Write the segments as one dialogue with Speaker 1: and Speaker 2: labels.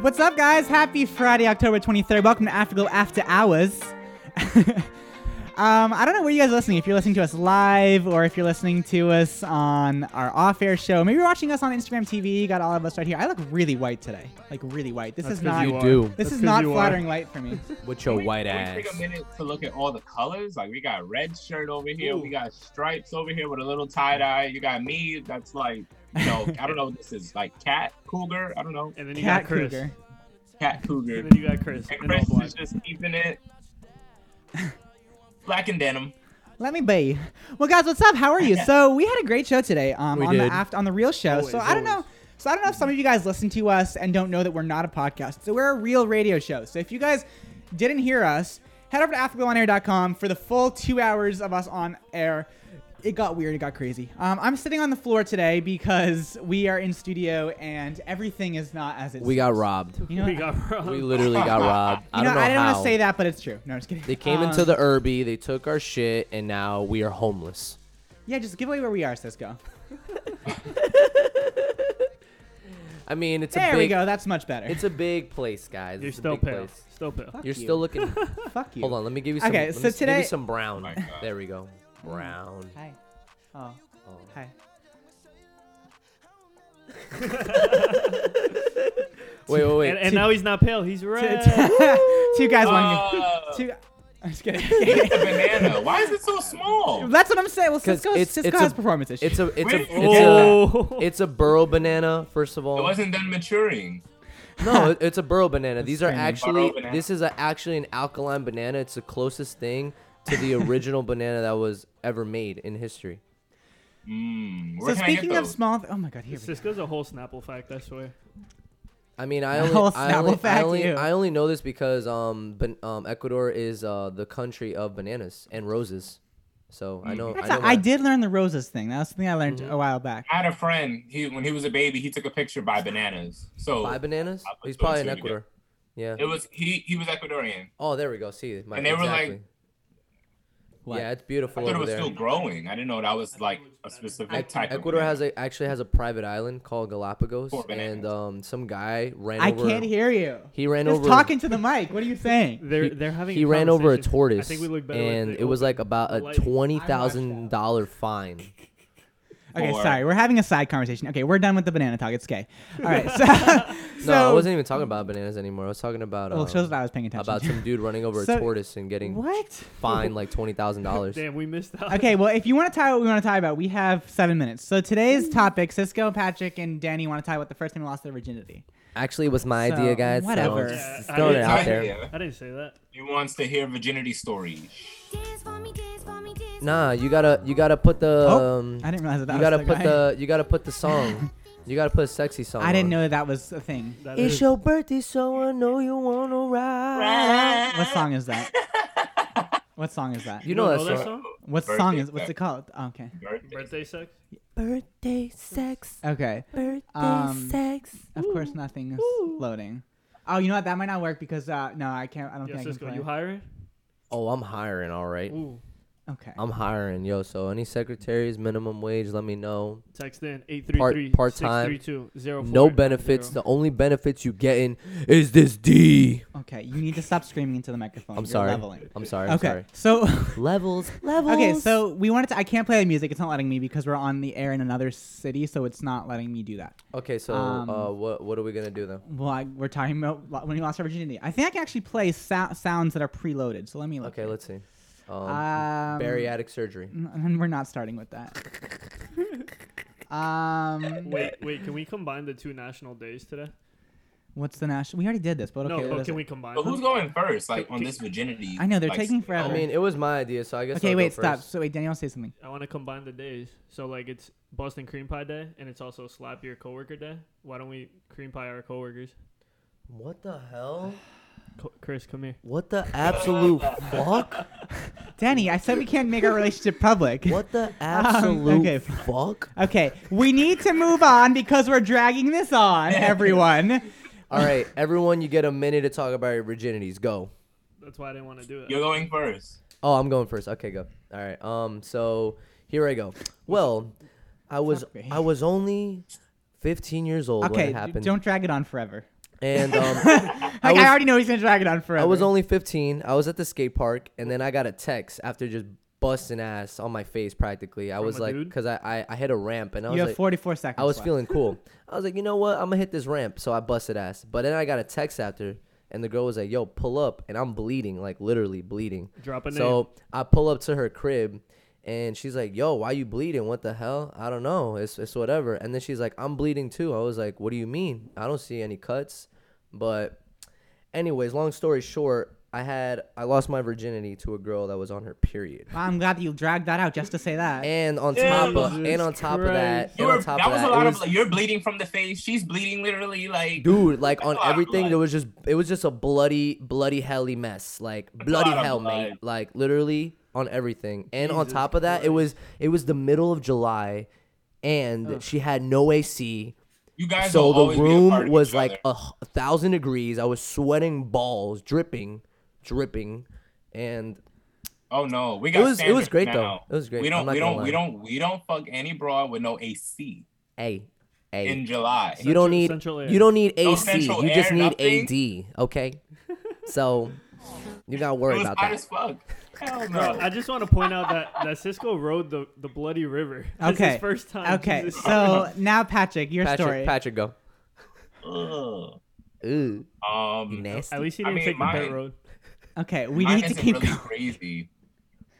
Speaker 1: What's up, guys? Happy Friday, October 23rd. Welcome to Afterglow After Hours. um, I don't know where you guys are listening. If you're listening to us live or if you're listening to us on our off air show, maybe you're watching us on Instagram TV. Got all of us right here. I look really white today. Like, really white. This is not.
Speaker 2: you
Speaker 3: are.
Speaker 2: do
Speaker 1: This
Speaker 2: That's
Speaker 1: is
Speaker 2: 'cause
Speaker 1: not
Speaker 2: you are.
Speaker 1: flattering light for me.
Speaker 3: with your
Speaker 4: we-
Speaker 3: white
Speaker 4: we
Speaker 3: ass.
Speaker 4: Take a minute to look at all the colors. Like we got red shirt over here, we
Speaker 3: Ooh.
Speaker 4: got stripes over here with a little tie dye. You got me. That's like you know, I don't know what this is like cat cougar. I don't know
Speaker 2: And then you
Speaker 1: Cat
Speaker 2: got Chris.
Speaker 1: Cougar.
Speaker 4: cat
Speaker 2: And
Speaker 4: cougar.
Speaker 2: then you got Chris.
Speaker 4: And
Speaker 2: and all
Speaker 4: Chris is
Speaker 2: black.
Speaker 4: just keeping it black and denim.
Speaker 1: Let me be. Well, guys, what's up? How are you? So we had a great show today um,
Speaker 3: We
Speaker 1: on the
Speaker 3: did.
Speaker 1: aft on the real show.
Speaker 2: Always,
Speaker 1: so I don't know.
Speaker 2: always.
Speaker 1: So I don't know if some of you guys listen to us and don't know that we're not a podcast. So we're a real radio show. So if you guys didn't hear us, head over to afterglowonair.com for the full two hours of us on air. It got weird. It got crazy. Um, I'm sitting on the floor today because we are in studio and everything is not as it's.
Speaker 3: We got robbed.
Speaker 1: You know,
Speaker 2: We got Rob.
Speaker 3: We literally got robbed.
Speaker 1: you
Speaker 3: I don't know
Speaker 1: I didn't
Speaker 3: how.
Speaker 1: want to say that, but it's true. No, I'm just kidding.
Speaker 3: They came into
Speaker 1: Um,
Speaker 3: the Irby, they took our shit, and now we are homeless.
Speaker 1: Yeah, just give away where we are, Cisco.
Speaker 3: I mean, it's a
Speaker 1: There
Speaker 3: big,
Speaker 1: we go. That's much better.
Speaker 3: It's a big place, guys.
Speaker 2: You're
Speaker 3: It's a
Speaker 2: still
Speaker 3: big
Speaker 2: pale.
Speaker 3: place.
Speaker 2: Still pale.
Speaker 3: You're
Speaker 1: you.
Speaker 3: still looking.
Speaker 1: Fuck you.
Speaker 3: Hold on, let me give you some.
Speaker 1: Okay,
Speaker 3: let
Speaker 1: so
Speaker 3: me s- give you
Speaker 1: today-
Speaker 3: some brown.
Speaker 4: Oh My God. Hmm.
Speaker 3: there we go. Brown.
Speaker 1: Hi. Oh,
Speaker 3: Oh.
Speaker 1: hi.
Speaker 3: Wait, wait, wait.
Speaker 2: and and now he's not pale. He's red.
Speaker 1: two guys, one.
Speaker 4: Uh,
Speaker 1: Two. I'm just kidding.
Speaker 4: the banana. Why is it so small?
Speaker 1: That's what I'm saying. Well,
Speaker 3: 'Cause
Speaker 1: Cisco,
Speaker 3: it's-
Speaker 1: Cisco
Speaker 3: it's a-
Speaker 1: has performance issues.
Speaker 3: it's a it's a
Speaker 4: Wait.
Speaker 3: it's, uh, a
Speaker 2: oh.
Speaker 3: it's a burrow banana. First of all,
Speaker 4: It wasn't done maturing.
Speaker 3: No, it- it's a burrow banana. These are
Speaker 1: Screaming.
Speaker 3: actually
Speaker 4: Burrow banana.
Speaker 3: this is a, actually an alkaline banana. It's the closest thing to the original banana that was ever made in history.
Speaker 4: Mm,
Speaker 1: so
Speaker 4: where can I get
Speaker 1: speaking of
Speaker 4: those?
Speaker 1: small, th- oh my god, here we go.
Speaker 2: Cisco's a whole Snapple fact, I swear.
Speaker 3: I mean, I
Speaker 1: Oh,
Speaker 3: only, I,
Speaker 1: Snapple
Speaker 3: only, I,
Speaker 1: fact
Speaker 3: only
Speaker 1: you.
Speaker 3: I only know this because um, ban- um Ecuador is uh the country of bananas and roses, so
Speaker 4: Mm.
Speaker 3: I know. Mm-hmm. I,
Speaker 1: That's
Speaker 3: know
Speaker 1: a- I
Speaker 3: that.
Speaker 1: did learn the roses thing. That was something I learned a while back.
Speaker 4: I had a friend. He when he was a baby, he took a picture by bananas. So
Speaker 3: Buy bananas.
Speaker 4: I put
Speaker 3: He's
Speaker 4: those
Speaker 3: probably
Speaker 4: two
Speaker 3: in
Speaker 4: together.
Speaker 3: Ecuador. Yeah.
Speaker 4: it was he. He was Ecuadorian.
Speaker 3: Oh, there we go. See, my,
Speaker 4: And they were like-
Speaker 3: exactly. yeah, it's
Speaker 4: I
Speaker 3: beautiful
Speaker 4: thought it
Speaker 3: over
Speaker 4: was
Speaker 3: there.
Speaker 4: still growing. I didn't know that was like a specific type.
Speaker 3: Ecuador
Speaker 4: of
Speaker 3: has a, actually has a private island called Galapagos,
Speaker 4: Poor bananas.
Speaker 3: and um, some guy ran
Speaker 1: I
Speaker 3: over.
Speaker 1: can't hear you.
Speaker 3: He ran
Speaker 1: Just
Speaker 3: over.
Speaker 1: talking to the mic. What are you saying?
Speaker 2: They're
Speaker 3: he,
Speaker 2: they're having.
Speaker 3: he ran over a
Speaker 2: conversation.
Speaker 3: tortoise
Speaker 2: I think we look better with
Speaker 3: and
Speaker 2: the
Speaker 3: it was
Speaker 2: open
Speaker 3: like about a
Speaker 2: lighting.
Speaker 3: twenty
Speaker 1: that.
Speaker 3: thousand dollar fine
Speaker 1: Okay,
Speaker 4: Or-
Speaker 1: sorry. We're having a side conversation. Okay, we're done with the banana talk. It's gay. All right. So, so
Speaker 3: no i wasn't even talking about bananas anymore i was talking about
Speaker 1: Well, it shows
Speaker 3: um,
Speaker 1: that I was paying attention.
Speaker 3: about
Speaker 1: to.
Speaker 3: some dude running over
Speaker 1: So-
Speaker 3: a tortoise and getting
Speaker 1: what?
Speaker 3: fined like twenty thousand dollars
Speaker 2: Damn, we missed out.
Speaker 1: Okay, well, if you want to tie what we want to tie about, we have seven minutes. So today's
Speaker 2: Mm.
Speaker 1: topic, Cisco, Patrick, and Danny want to tie about the first time we lost their virginity.
Speaker 3: actually it was my
Speaker 1: So,
Speaker 3: idea guys so
Speaker 1: whatever.
Speaker 3: just
Speaker 2: Yeah, I
Speaker 3: throwing it
Speaker 2: didn't-
Speaker 3: out there
Speaker 2: I didn't say that.
Speaker 4: He wants to hear virginity stories.
Speaker 3: nah you gotta you gotta put the
Speaker 1: Oh,
Speaker 3: um,
Speaker 1: I didn't realize that. that
Speaker 3: you
Speaker 1: was
Speaker 3: gotta
Speaker 1: the
Speaker 3: put
Speaker 1: guy.
Speaker 3: the you gotta put the song you gotta put a sexy song
Speaker 1: I didn't
Speaker 3: on.
Speaker 1: know that, that was a thing.
Speaker 2: That
Speaker 3: it's
Speaker 2: is-
Speaker 3: your birthday so i know you wanna ride
Speaker 1: What song is that? What song is that?
Speaker 3: you know
Speaker 2: don't
Speaker 3: that song
Speaker 1: What
Speaker 4: Birthday
Speaker 1: song is? What's
Speaker 4: sex.
Speaker 1: it called? Oh, okay.
Speaker 4: Birthday.
Speaker 2: Birthday sex.
Speaker 3: birthday sex
Speaker 1: Okay.
Speaker 3: birthday
Speaker 1: Um,
Speaker 3: sex
Speaker 1: Of course, nothing is loading. Oh, you know what? That might not work because uh, no, I can't. I don't
Speaker 2: Yo,
Speaker 1: think I
Speaker 2: Cisco,
Speaker 1: can play.
Speaker 2: you hiring?
Speaker 3: Oh, I'm hiring, all right.
Speaker 2: Ooh.
Speaker 1: okay.
Speaker 3: I'm hiring, yo. So any secretaries, minimum wage, let me know.
Speaker 2: Text in eight three
Speaker 3: Part-
Speaker 2: three
Speaker 3: part-time. No benefits. The only benefits you getting is this D.
Speaker 1: okay. You need to stop screaming into the microphone.
Speaker 3: I'm
Speaker 1: You're
Speaker 3: sorry.
Speaker 1: Leveling.
Speaker 3: I'm sorry. I'm
Speaker 1: Okay.
Speaker 3: sorry.
Speaker 1: So.
Speaker 3: Levels. Levels.
Speaker 1: Okay, so we wanted to. I can't play the music. It's not letting me because we're on the air in another city, so it's not letting me do that.
Speaker 3: Okay, so
Speaker 1: um,
Speaker 3: uh, what what are we gonna do though?
Speaker 1: Well, I, we're talking about lo- when we lost our virginity. I think I can actually play sou- sounds that are preloaded. So let me look.
Speaker 3: Okay, let's see. Um,
Speaker 1: Um,
Speaker 3: bariatric surgery.
Speaker 1: n- And we're not starting with that. um,
Speaker 2: Wait, wait. Can we combine the two national days today?
Speaker 1: what's the national? We already did this, but okay.
Speaker 2: no,
Speaker 3: oh,
Speaker 1: what
Speaker 2: but
Speaker 1: is
Speaker 2: can
Speaker 1: it?
Speaker 2: we combine?
Speaker 4: But who's
Speaker 2: them?
Speaker 4: going first? Like on
Speaker 2: Can-
Speaker 4: this virginity.
Speaker 1: I know, they're
Speaker 4: like,
Speaker 1: taking
Speaker 4: scale?
Speaker 3: I
Speaker 1: forever.
Speaker 3: mean, it was my idea, so I guess.
Speaker 1: okay,
Speaker 3: I'll
Speaker 1: wait,
Speaker 3: go
Speaker 1: stop.
Speaker 3: first.
Speaker 1: So wait, Danielle, say something.
Speaker 2: I want to combine the days. So like it's Boston Cream Pie Day and it's also Slap Your Coworker Day. Why don't we cream pie our coworkers?
Speaker 3: What the hell?
Speaker 2: Co- Chris, come here.
Speaker 3: What the absolute fuck?
Speaker 1: Danny, I said we can't make our relationship public.
Speaker 3: What the absolute
Speaker 1: okay, fine.
Speaker 3: fuck?
Speaker 1: Okay, we need to move on because we're dragging this on, everyone.
Speaker 3: All right, everyone, you get a minute to talk about your virginities. Go.
Speaker 2: That's why I didn't want to do it.
Speaker 4: You're going first.
Speaker 3: Oh, I'm going first. Okay, go. All right. Um. So here I go. Well, I was
Speaker 1: Fuck me.
Speaker 3: I was only 15 years old when
Speaker 1: Okay,
Speaker 3: it happened.
Speaker 1: don't drag it on forever.
Speaker 3: and um,
Speaker 1: Like,
Speaker 3: I
Speaker 1: I,
Speaker 3: was-
Speaker 1: already know he's gonna drag it on forever.
Speaker 3: I was only 15. I was at the skate park, and then I got a text after just busting ass on my face practically. I was
Speaker 2: a
Speaker 3: like,
Speaker 2: dude?
Speaker 3: because I, I I hit a ramp, and I
Speaker 1: You
Speaker 3: was
Speaker 1: have
Speaker 3: like,
Speaker 1: 44 seconds.
Speaker 3: I was
Speaker 1: left.
Speaker 3: feeling cool. I was like, you know what? I'm gonna hit this ramp. So I busted ass. But then I got a text after, and the girl was like, "Yo, pull up," and I'm bleeding, like literally bleeding.
Speaker 2: Drop a name.
Speaker 3: So I pull up to her crib, and she's like, "Yo, why you bleeding? What the hell? I don't know. It's it's whatever." And then she's like, "I'm bleeding too." I was like, "What do you mean? I don't see any cuts." But, anyways, long story short, I had I lost my virginity to a girl that was on her period.
Speaker 1: Well, I'm glad that you dragged that out just to say that.
Speaker 3: And on top of
Speaker 2: Jesus
Speaker 3: and on top of that,
Speaker 2: Christ.
Speaker 3: and
Speaker 4: You were-
Speaker 3: on top
Speaker 4: that
Speaker 3: of
Speaker 4: was
Speaker 3: that,
Speaker 4: a
Speaker 3: it
Speaker 4: lot
Speaker 3: was-
Speaker 4: of like, you're bleeding from the face. She's bleeding literally like
Speaker 3: dude like on
Speaker 4: That's a lot of
Speaker 3: everything
Speaker 4: blood.
Speaker 3: there was just it was just a bloody bloody helly mess like
Speaker 4: a
Speaker 3: bloody
Speaker 4: lot of
Speaker 3: hell mate
Speaker 4: blood.
Speaker 3: like literally on everything and on
Speaker 2: Jesus
Speaker 3: top of that it was it was the middle of july and she had no ac
Speaker 4: you guys. will
Speaker 3: so
Speaker 4: always
Speaker 3: the
Speaker 4: be a part
Speaker 3: room
Speaker 4: of
Speaker 3: was
Speaker 4: each
Speaker 3: like
Speaker 4: other.
Speaker 3: a, h- a thousand degrees i was sweating balls dripping dripping and
Speaker 4: oh no, we got.
Speaker 3: was- it was
Speaker 4: standards
Speaker 3: great,
Speaker 4: now.
Speaker 3: though. It was great.
Speaker 4: We
Speaker 3: I'm
Speaker 4: don't.
Speaker 3: not
Speaker 4: We
Speaker 3: gonna
Speaker 4: don't.
Speaker 3: lie.
Speaker 4: We don't. We don't fuck any broad with no AC
Speaker 3: hey
Speaker 4: in
Speaker 3: hey
Speaker 4: July.
Speaker 3: you don't
Speaker 2: Central-
Speaker 3: need
Speaker 2: central air.
Speaker 3: you don't need
Speaker 4: No
Speaker 3: ac
Speaker 4: central
Speaker 3: you just
Speaker 4: air,
Speaker 3: need
Speaker 4: nothing.
Speaker 3: ad okay so you gotta
Speaker 4: it
Speaker 3: worry
Speaker 4: was
Speaker 3: about
Speaker 4: hot
Speaker 3: that
Speaker 4: as fuck. Hell
Speaker 2: Bro, I
Speaker 4: no.
Speaker 2: just want to point out that, that Cisco rode the, the bloody river. This is
Speaker 1: Okay.
Speaker 2: his first time.
Speaker 1: okay,
Speaker 2: Jesus.
Speaker 1: so now Patrick, your
Speaker 3: patrick
Speaker 1: story.
Speaker 3: patrick go
Speaker 4: Ugh.
Speaker 3: Ooh,
Speaker 4: Um,
Speaker 3: nasty.
Speaker 2: at least he
Speaker 4: I
Speaker 2: didn't
Speaker 4: mean,
Speaker 2: take the
Speaker 4: mine-
Speaker 2: pet road.
Speaker 1: Okay, we
Speaker 4: mine
Speaker 1: need to
Speaker 4: isn't
Speaker 1: keep
Speaker 4: really
Speaker 1: going.
Speaker 4: crazy.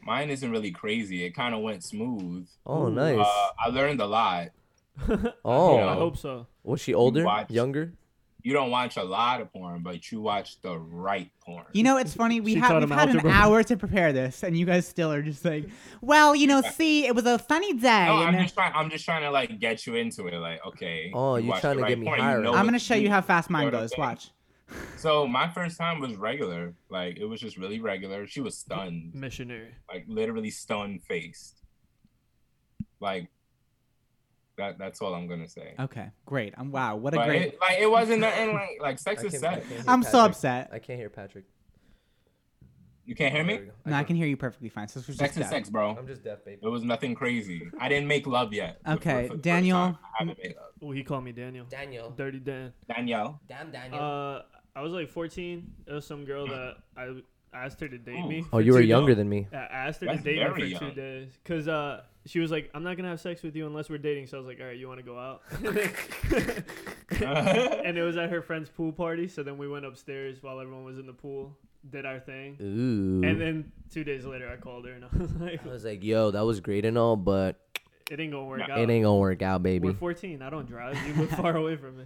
Speaker 4: Mine isn't really crazy. It kind of went smooth.
Speaker 3: Oh, nice.
Speaker 4: Uh, I learned a lot.
Speaker 3: oh,
Speaker 2: I hope so.
Speaker 3: was she older,
Speaker 4: watched-
Speaker 3: younger?
Speaker 4: You don't watch a lot of porn, but you watch the right porn.
Speaker 1: You know, it's funny. We
Speaker 2: She
Speaker 1: have
Speaker 2: taught
Speaker 1: we've
Speaker 2: him
Speaker 1: had an
Speaker 2: algebra.
Speaker 1: hour to prepare this, and you guys still are just like, well, you know, see, it was a sunny day.
Speaker 4: No, I'm
Speaker 1: and-
Speaker 4: just trying. I'm just trying to like get you into it. Like, okay.
Speaker 3: Oh, you
Speaker 4: watch
Speaker 3: trying
Speaker 4: the
Speaker 3: to get me
Speaker 4: porn,
Speaker 3: hired.
Speaker 1: I'm gonna
Speaker 4: what
Speaker 1: show
Speaker 4: you-
Speaker 1: you how fast mine
Speaker 4: what I'm
Speaker 1: goes.
Speaker 4: saying.
Speaker 1: Watch.
Speaker 4: So my first time was regular. Like it was just really regular. She was
Speaker 1: Mm.
Speaker 4: stunned,
Speaker 2: Missionary.
Speaker 4: like literally stunned faced. Like that. That's all I'm gonna say.
Speaker 1: Okay, great. I'm wow. What a
Speaker 4: But
Speaker 1: great.
Speaker 4: it, like it wasn't nothing like like sex is sex.
Speaker 1: I'm so
Speaker 3: Patrick.
Speaker 1: upset.
Speaker 3: I can't hear Patrick.
Speaker 4: You can't hear me.
Speaker 1: No, I can hear you perfectly fine. So it's just
Speaker 4: Sex is
Speaker 1: that.
Speaker 4: sex, bro.
Speaker 3: I'm just deaf, baby.
Speaker 4: It was nothing crazy. I didn't make love yet. for-
Speaker 1: Okay,
Speaker 4: for the first
Speaker 1: Daniel.
Speaker 4: time. I haven't made love.
Speaker 2: Oh, he called me Daniel.
Speaker 3: Daniel,
Speaker 2: Dirty Dan.
Speaker 4: Danielle.
Speaker 3: damn Daniel.
Speaker 2: Uh, I was like 14. It was some girl that I asked her to date
Speaker 4: Ooh.
Speaker 2: me.
Speaker 3: oh,
Speaker 2: for
Speaker 3: you were
Speaker 2: two days.
Speaker 3: younger than me.
Speaker 2: I asked her
Speaker 4: That's
Speaker 2: to date me
Speaker 4: very
Speaker 2: for two
Speaker 4: young.
Speaker 2: days because uh, she was like, "I'm not gonna have sex with you unless we're dating." So I was like, "All right, you want to go out?" and it was at her friend's pool party. So then we went upstairs while everyone was in the pool, did our thing,
Speaker 3: Ooh.
Speaker 2: and then two days later I called her and I was like,
Speaker 3: I was like, yo, that was great and all, but
Speaker 2: "It ain't gonna work
Speaker 4: Nah,
Speaker 2: out."
Speaker 3: it ain't gonna work out,
Speaker 2: we're
Speaker 3: baby.
Speaker 2: 14. I don't drive. You live far away from me.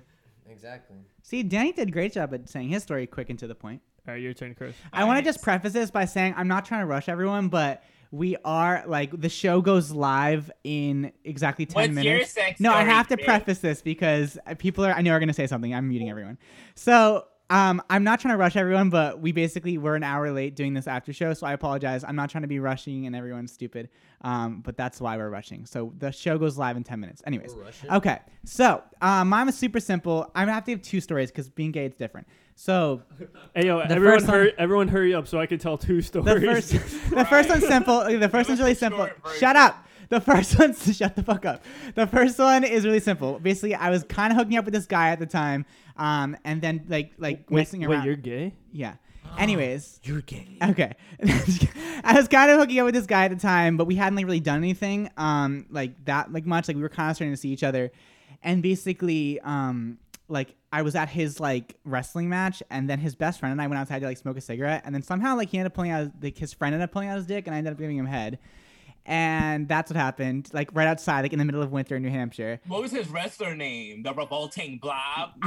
Speaker 3: Exactly.
Speaker 1: See, Danny did a great job at saying his story quick and to the point.
Speaker 2: All right, your turn, Chris.
Speaker 1: I want to just preface this by saying I'm not trying to rush everyone, but we are like the show goes live in exactly 10
Speaker 4: What's your
Speaker 1: minutes.
Speaker 4: sex
Speaker 1: no, I
Speaker 4: story,
Speaker 1: have to
Speaker 4: Chris?
Speaker 1: preface this because uh, people are I know are going to say something. I'm muting everyone. So, um I'm not trying to rush everyone, but we basically were an hour late doing this after show, so I apologize. I'm not trying to be rushing and everyone's stupid. Um but that's why we're rushing. So, the show goes live in 10 minutes. Anyways. Okay. So, um mine was super simple. I'm going to have to give two stories cuz being gay it's different. So,
Speaker 2: Hey yo,
Speaker 1: The
Speaker 2: everyone,
Speaker 1: first one-
Speaker 2: hurry, everyone, hurry up so I can tell two
Speaker 1: The
Speaker 2: stories.
Speaker 1: first, the first one's simple. Okay, The first one's really simple.
Speaker 4: Short version.
Speaker 1: Shut up. The first one's shut the fuck up. The first one is really simple. Basically, I was kind of hooking up with this guy at the time, um, and then like like
Speaker 2: wait,
Speaker 1: messing around.
Speaker 2: wait, you're gay?
Speaker 1: yeah. Anyways,
Speaker 3: You're gay.
Speaker 1: okay. I was kind of hooking up with this guy at the time, but we hadn't like really done anything, um, like that like much. Like we were kind of starting to see each other, and basically, um, like I was at his like wrestling match, and then his best friend and I went outside to like smoke a cigarette, and then somehow like he ended up pulling out like his friend ended up pulling out his dick, and I ended up giving him head, and that's what happened. Like right outside, like in the middle of winter in New Hampshire.
Speaker 4: What was his wrestler name? The Revolting Blob.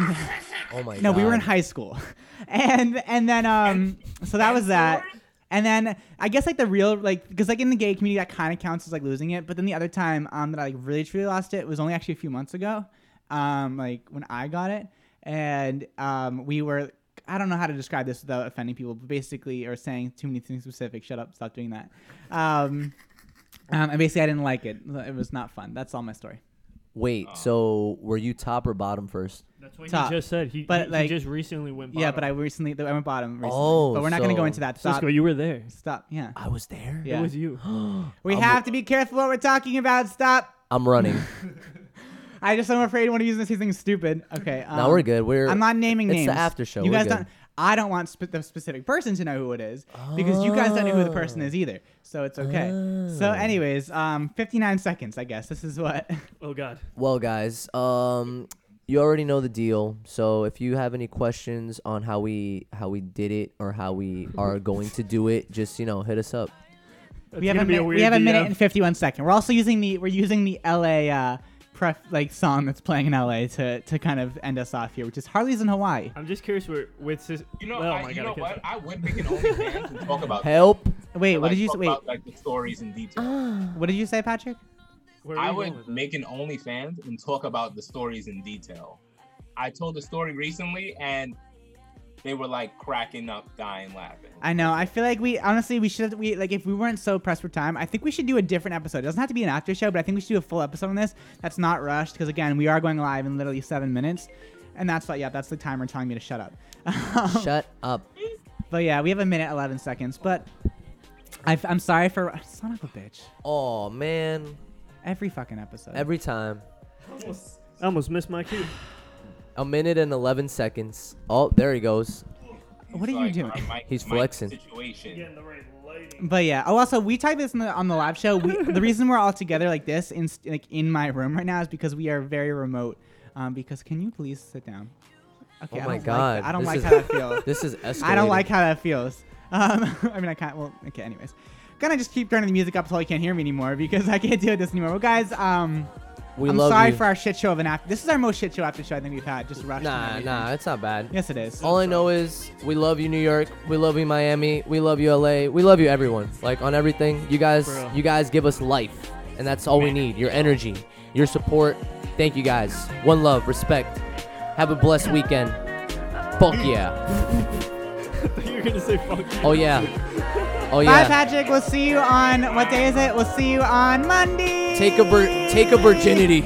Speaker 3: Oh my
Speaker 1: No,
Speaker 3: god.
Speaker 1: we were in high school, and and then um, so that was that. And then I guess like the real like because like in the gay community that kind of counts as like losing it, but then the other time um that I like really truly lost it was only actually a few months ago, um like when I got it, and um we were I don't know how to describe this without offending people, but basically or saying too many things specific. Shut up, stop doing that. Um, um and basically I didn't like it. It was not fun. That's all my story.
Speaker 2: Uh.
Speaker 3: Wait, so were you top or bottom first?
Speaker 2: That's what
Speaker 1: Top.
Speaker 2: he just said. He,
Speaker 1: But,
Speaker 2: he- he
Speaker 1: like-
Speaker 2: just recently went.
Speaker 1: Yeah,
Speaker 2: bottom.
Speaker 1: but I recently I went bottom recently.
Speaker 3: Oh,
Speaker 1: but we're not gonna
Speaker 3: so-
Speaker 1: go into that. Stop.
Speaker 2: Cisco, you were there.
Speaker 1: Stop. Yeah.
Speaker 3: I was there.
Speaker 1: Yeah.
Speaker 2: It was you.
Speaker 1: We have to be careful what we're talking about. Stop.
Speaker 3: I'm running.
Speaker 1: I just I'm afraid one of you is gonna say something stupid. Okay. Um,
Speaker 3: now we're good. We're
Speaker 1: I'm not naming
Speaker 3: it's
Speaker 1: names.
Speaker 3: the after show.
Speaker 1: You
Speaker 3: We're
Speaker 1: guys
Speaker 3: good.
Speaker 1: don't. I don't want sp- the specific person to know who it is because you guys don't know who the person is either. So it's okay. So,
Speaker 3: Oh.
Speaker 1: anyways, um, 59 seconds. I guess this is what.
Speaker 2: Oh God.
Speaker 3: Well, guys, um, you already know the deal. So if you have any questions on how we how we did it or how we are going to do it, just you know hit us up.
Speaker 2: That's
Speaker 1: we have a,
Speaker 2: gonna be
Speaker 1: mi-
Speaker 2: weird
Speaker 1: we have a
Speaker 2: DM.
Speaker 1: minute and 51 second. We're also using the we're using the LA uh, pref like song that's playing in LA to to kind of end us off here, which is Harley's in Hawaii.
Speaker 2: I'm just curious where with sis-
Speaker 4: You know,
Speaker 2: oh
Speaker 4: I,
Speaker 2: my
Speaker 4: you
Speaker 2: God,
Speaker 4: know
Speaker 2: can't
Speaker 4: what?
Speaker 2: stop.
Speaker 4: I would pick an OnlyFans and talk about.
Speaker 3: Help.
Speaker 1: Wait, what
Speaker 4: like,
Speaker 1: did you
Speaker 4: talk
Speaker 1: say? Wait, Oh,
Speaker 4: About, like the stories in detail.
Speaker 1: what did you say, Patrick?
Speaker 2: Where are
Speaker 4: I
Speaker 2: you going with
Speaker 4: would
Speaker 2: that?
Speaker 4: make an OnlyFans and talk about the stories in detail. I told a story recently, and they were like cracking up, dying laughing.
Speaker 1: I know. I feel like we honestly we should we like if we weren't so pressed for time. I think we should do a different episode. It doesn't have to be an after show, but I think we should do a full episode on this. That's not rushed because again, we are going live in literally seven minutes, and that's why yeah, that's the timer telling me to shut up.
Speaker 3: Shut up.
Speaker 1: but yeah, we have a minute eleven seconds. But i I'm sorry for son of a bitch.
Speaker 3: Oh man,
Speaker 1: Every fucking episode.
Speaker 3: every time.
Speaker 2: I almost missed my cue.
Speaker 3: A minute and eleven seconds. Oh, there he goes.
Speaker 1: What are you
Speaker 4: Like,
Speaker 1: doing?
Speaker 4: uh, Mike-
Speaker 3: He's
Speaker 4: Mike's
Speaker 3: flexing.
Speaker 4: Situation.
Speaker 2: the right lighting.
Speaker 1: But yeah. Oh, also, we typed this in the, on the live show. We, the reason we're all together like this, in like in my room right now, is because we are very remote. Um, because can you please sit down? Okay. I
Speaker 3: Oh my
Speaker 1: don't like
Speaker 3: God,
Speaker 1: that. I don't
Speaker 3: this
Speaker 1: like
Speaker 3: is-
Speaker 1: how that feels.
Speaker 3: This is escalating.
Speaker 1: I don't like how that feels. Um, I mean, I can't. Well, okay. Anyways, gonna just keep turning the music up until you can't hear me anymore because I can't do this anymore. Well, guys, um,
Speaker 3: We
Speaker 1: I'm
Speaker 3: love
Speaker 1: sorry
Speaker 3: you.
Speaker 1: for our shit show of an after. This is our most shit show after show I think we've had. Just rushed. and
Speaker 3: nah,
Speaker 1: everything.
Speaker 3: nah, it's not bad.
Speaker 1: Yes, it is.
Speaker 3: All I know is we love you, New York. We love you, Miami. We love you, LA. We love you, everyone. Like on everything, you guys,
Speaker 2: Bro.
Speaker 3: you guys give us life, and that's all we need. Your energy, your support. Thank you, guys. One love, respect. Have a blessed weekend. Fuck yeah.
Speaker 2: You're gonna say fuck.
Speaker 3: Oh yeah. Oh
Speaker 1: Bye,
Speaker 3: yeah.
Speaker 1: Patrick. We'll see you on what day is it? We'll see you on Monday.
Speaker 3: Take a vir- take a virginity.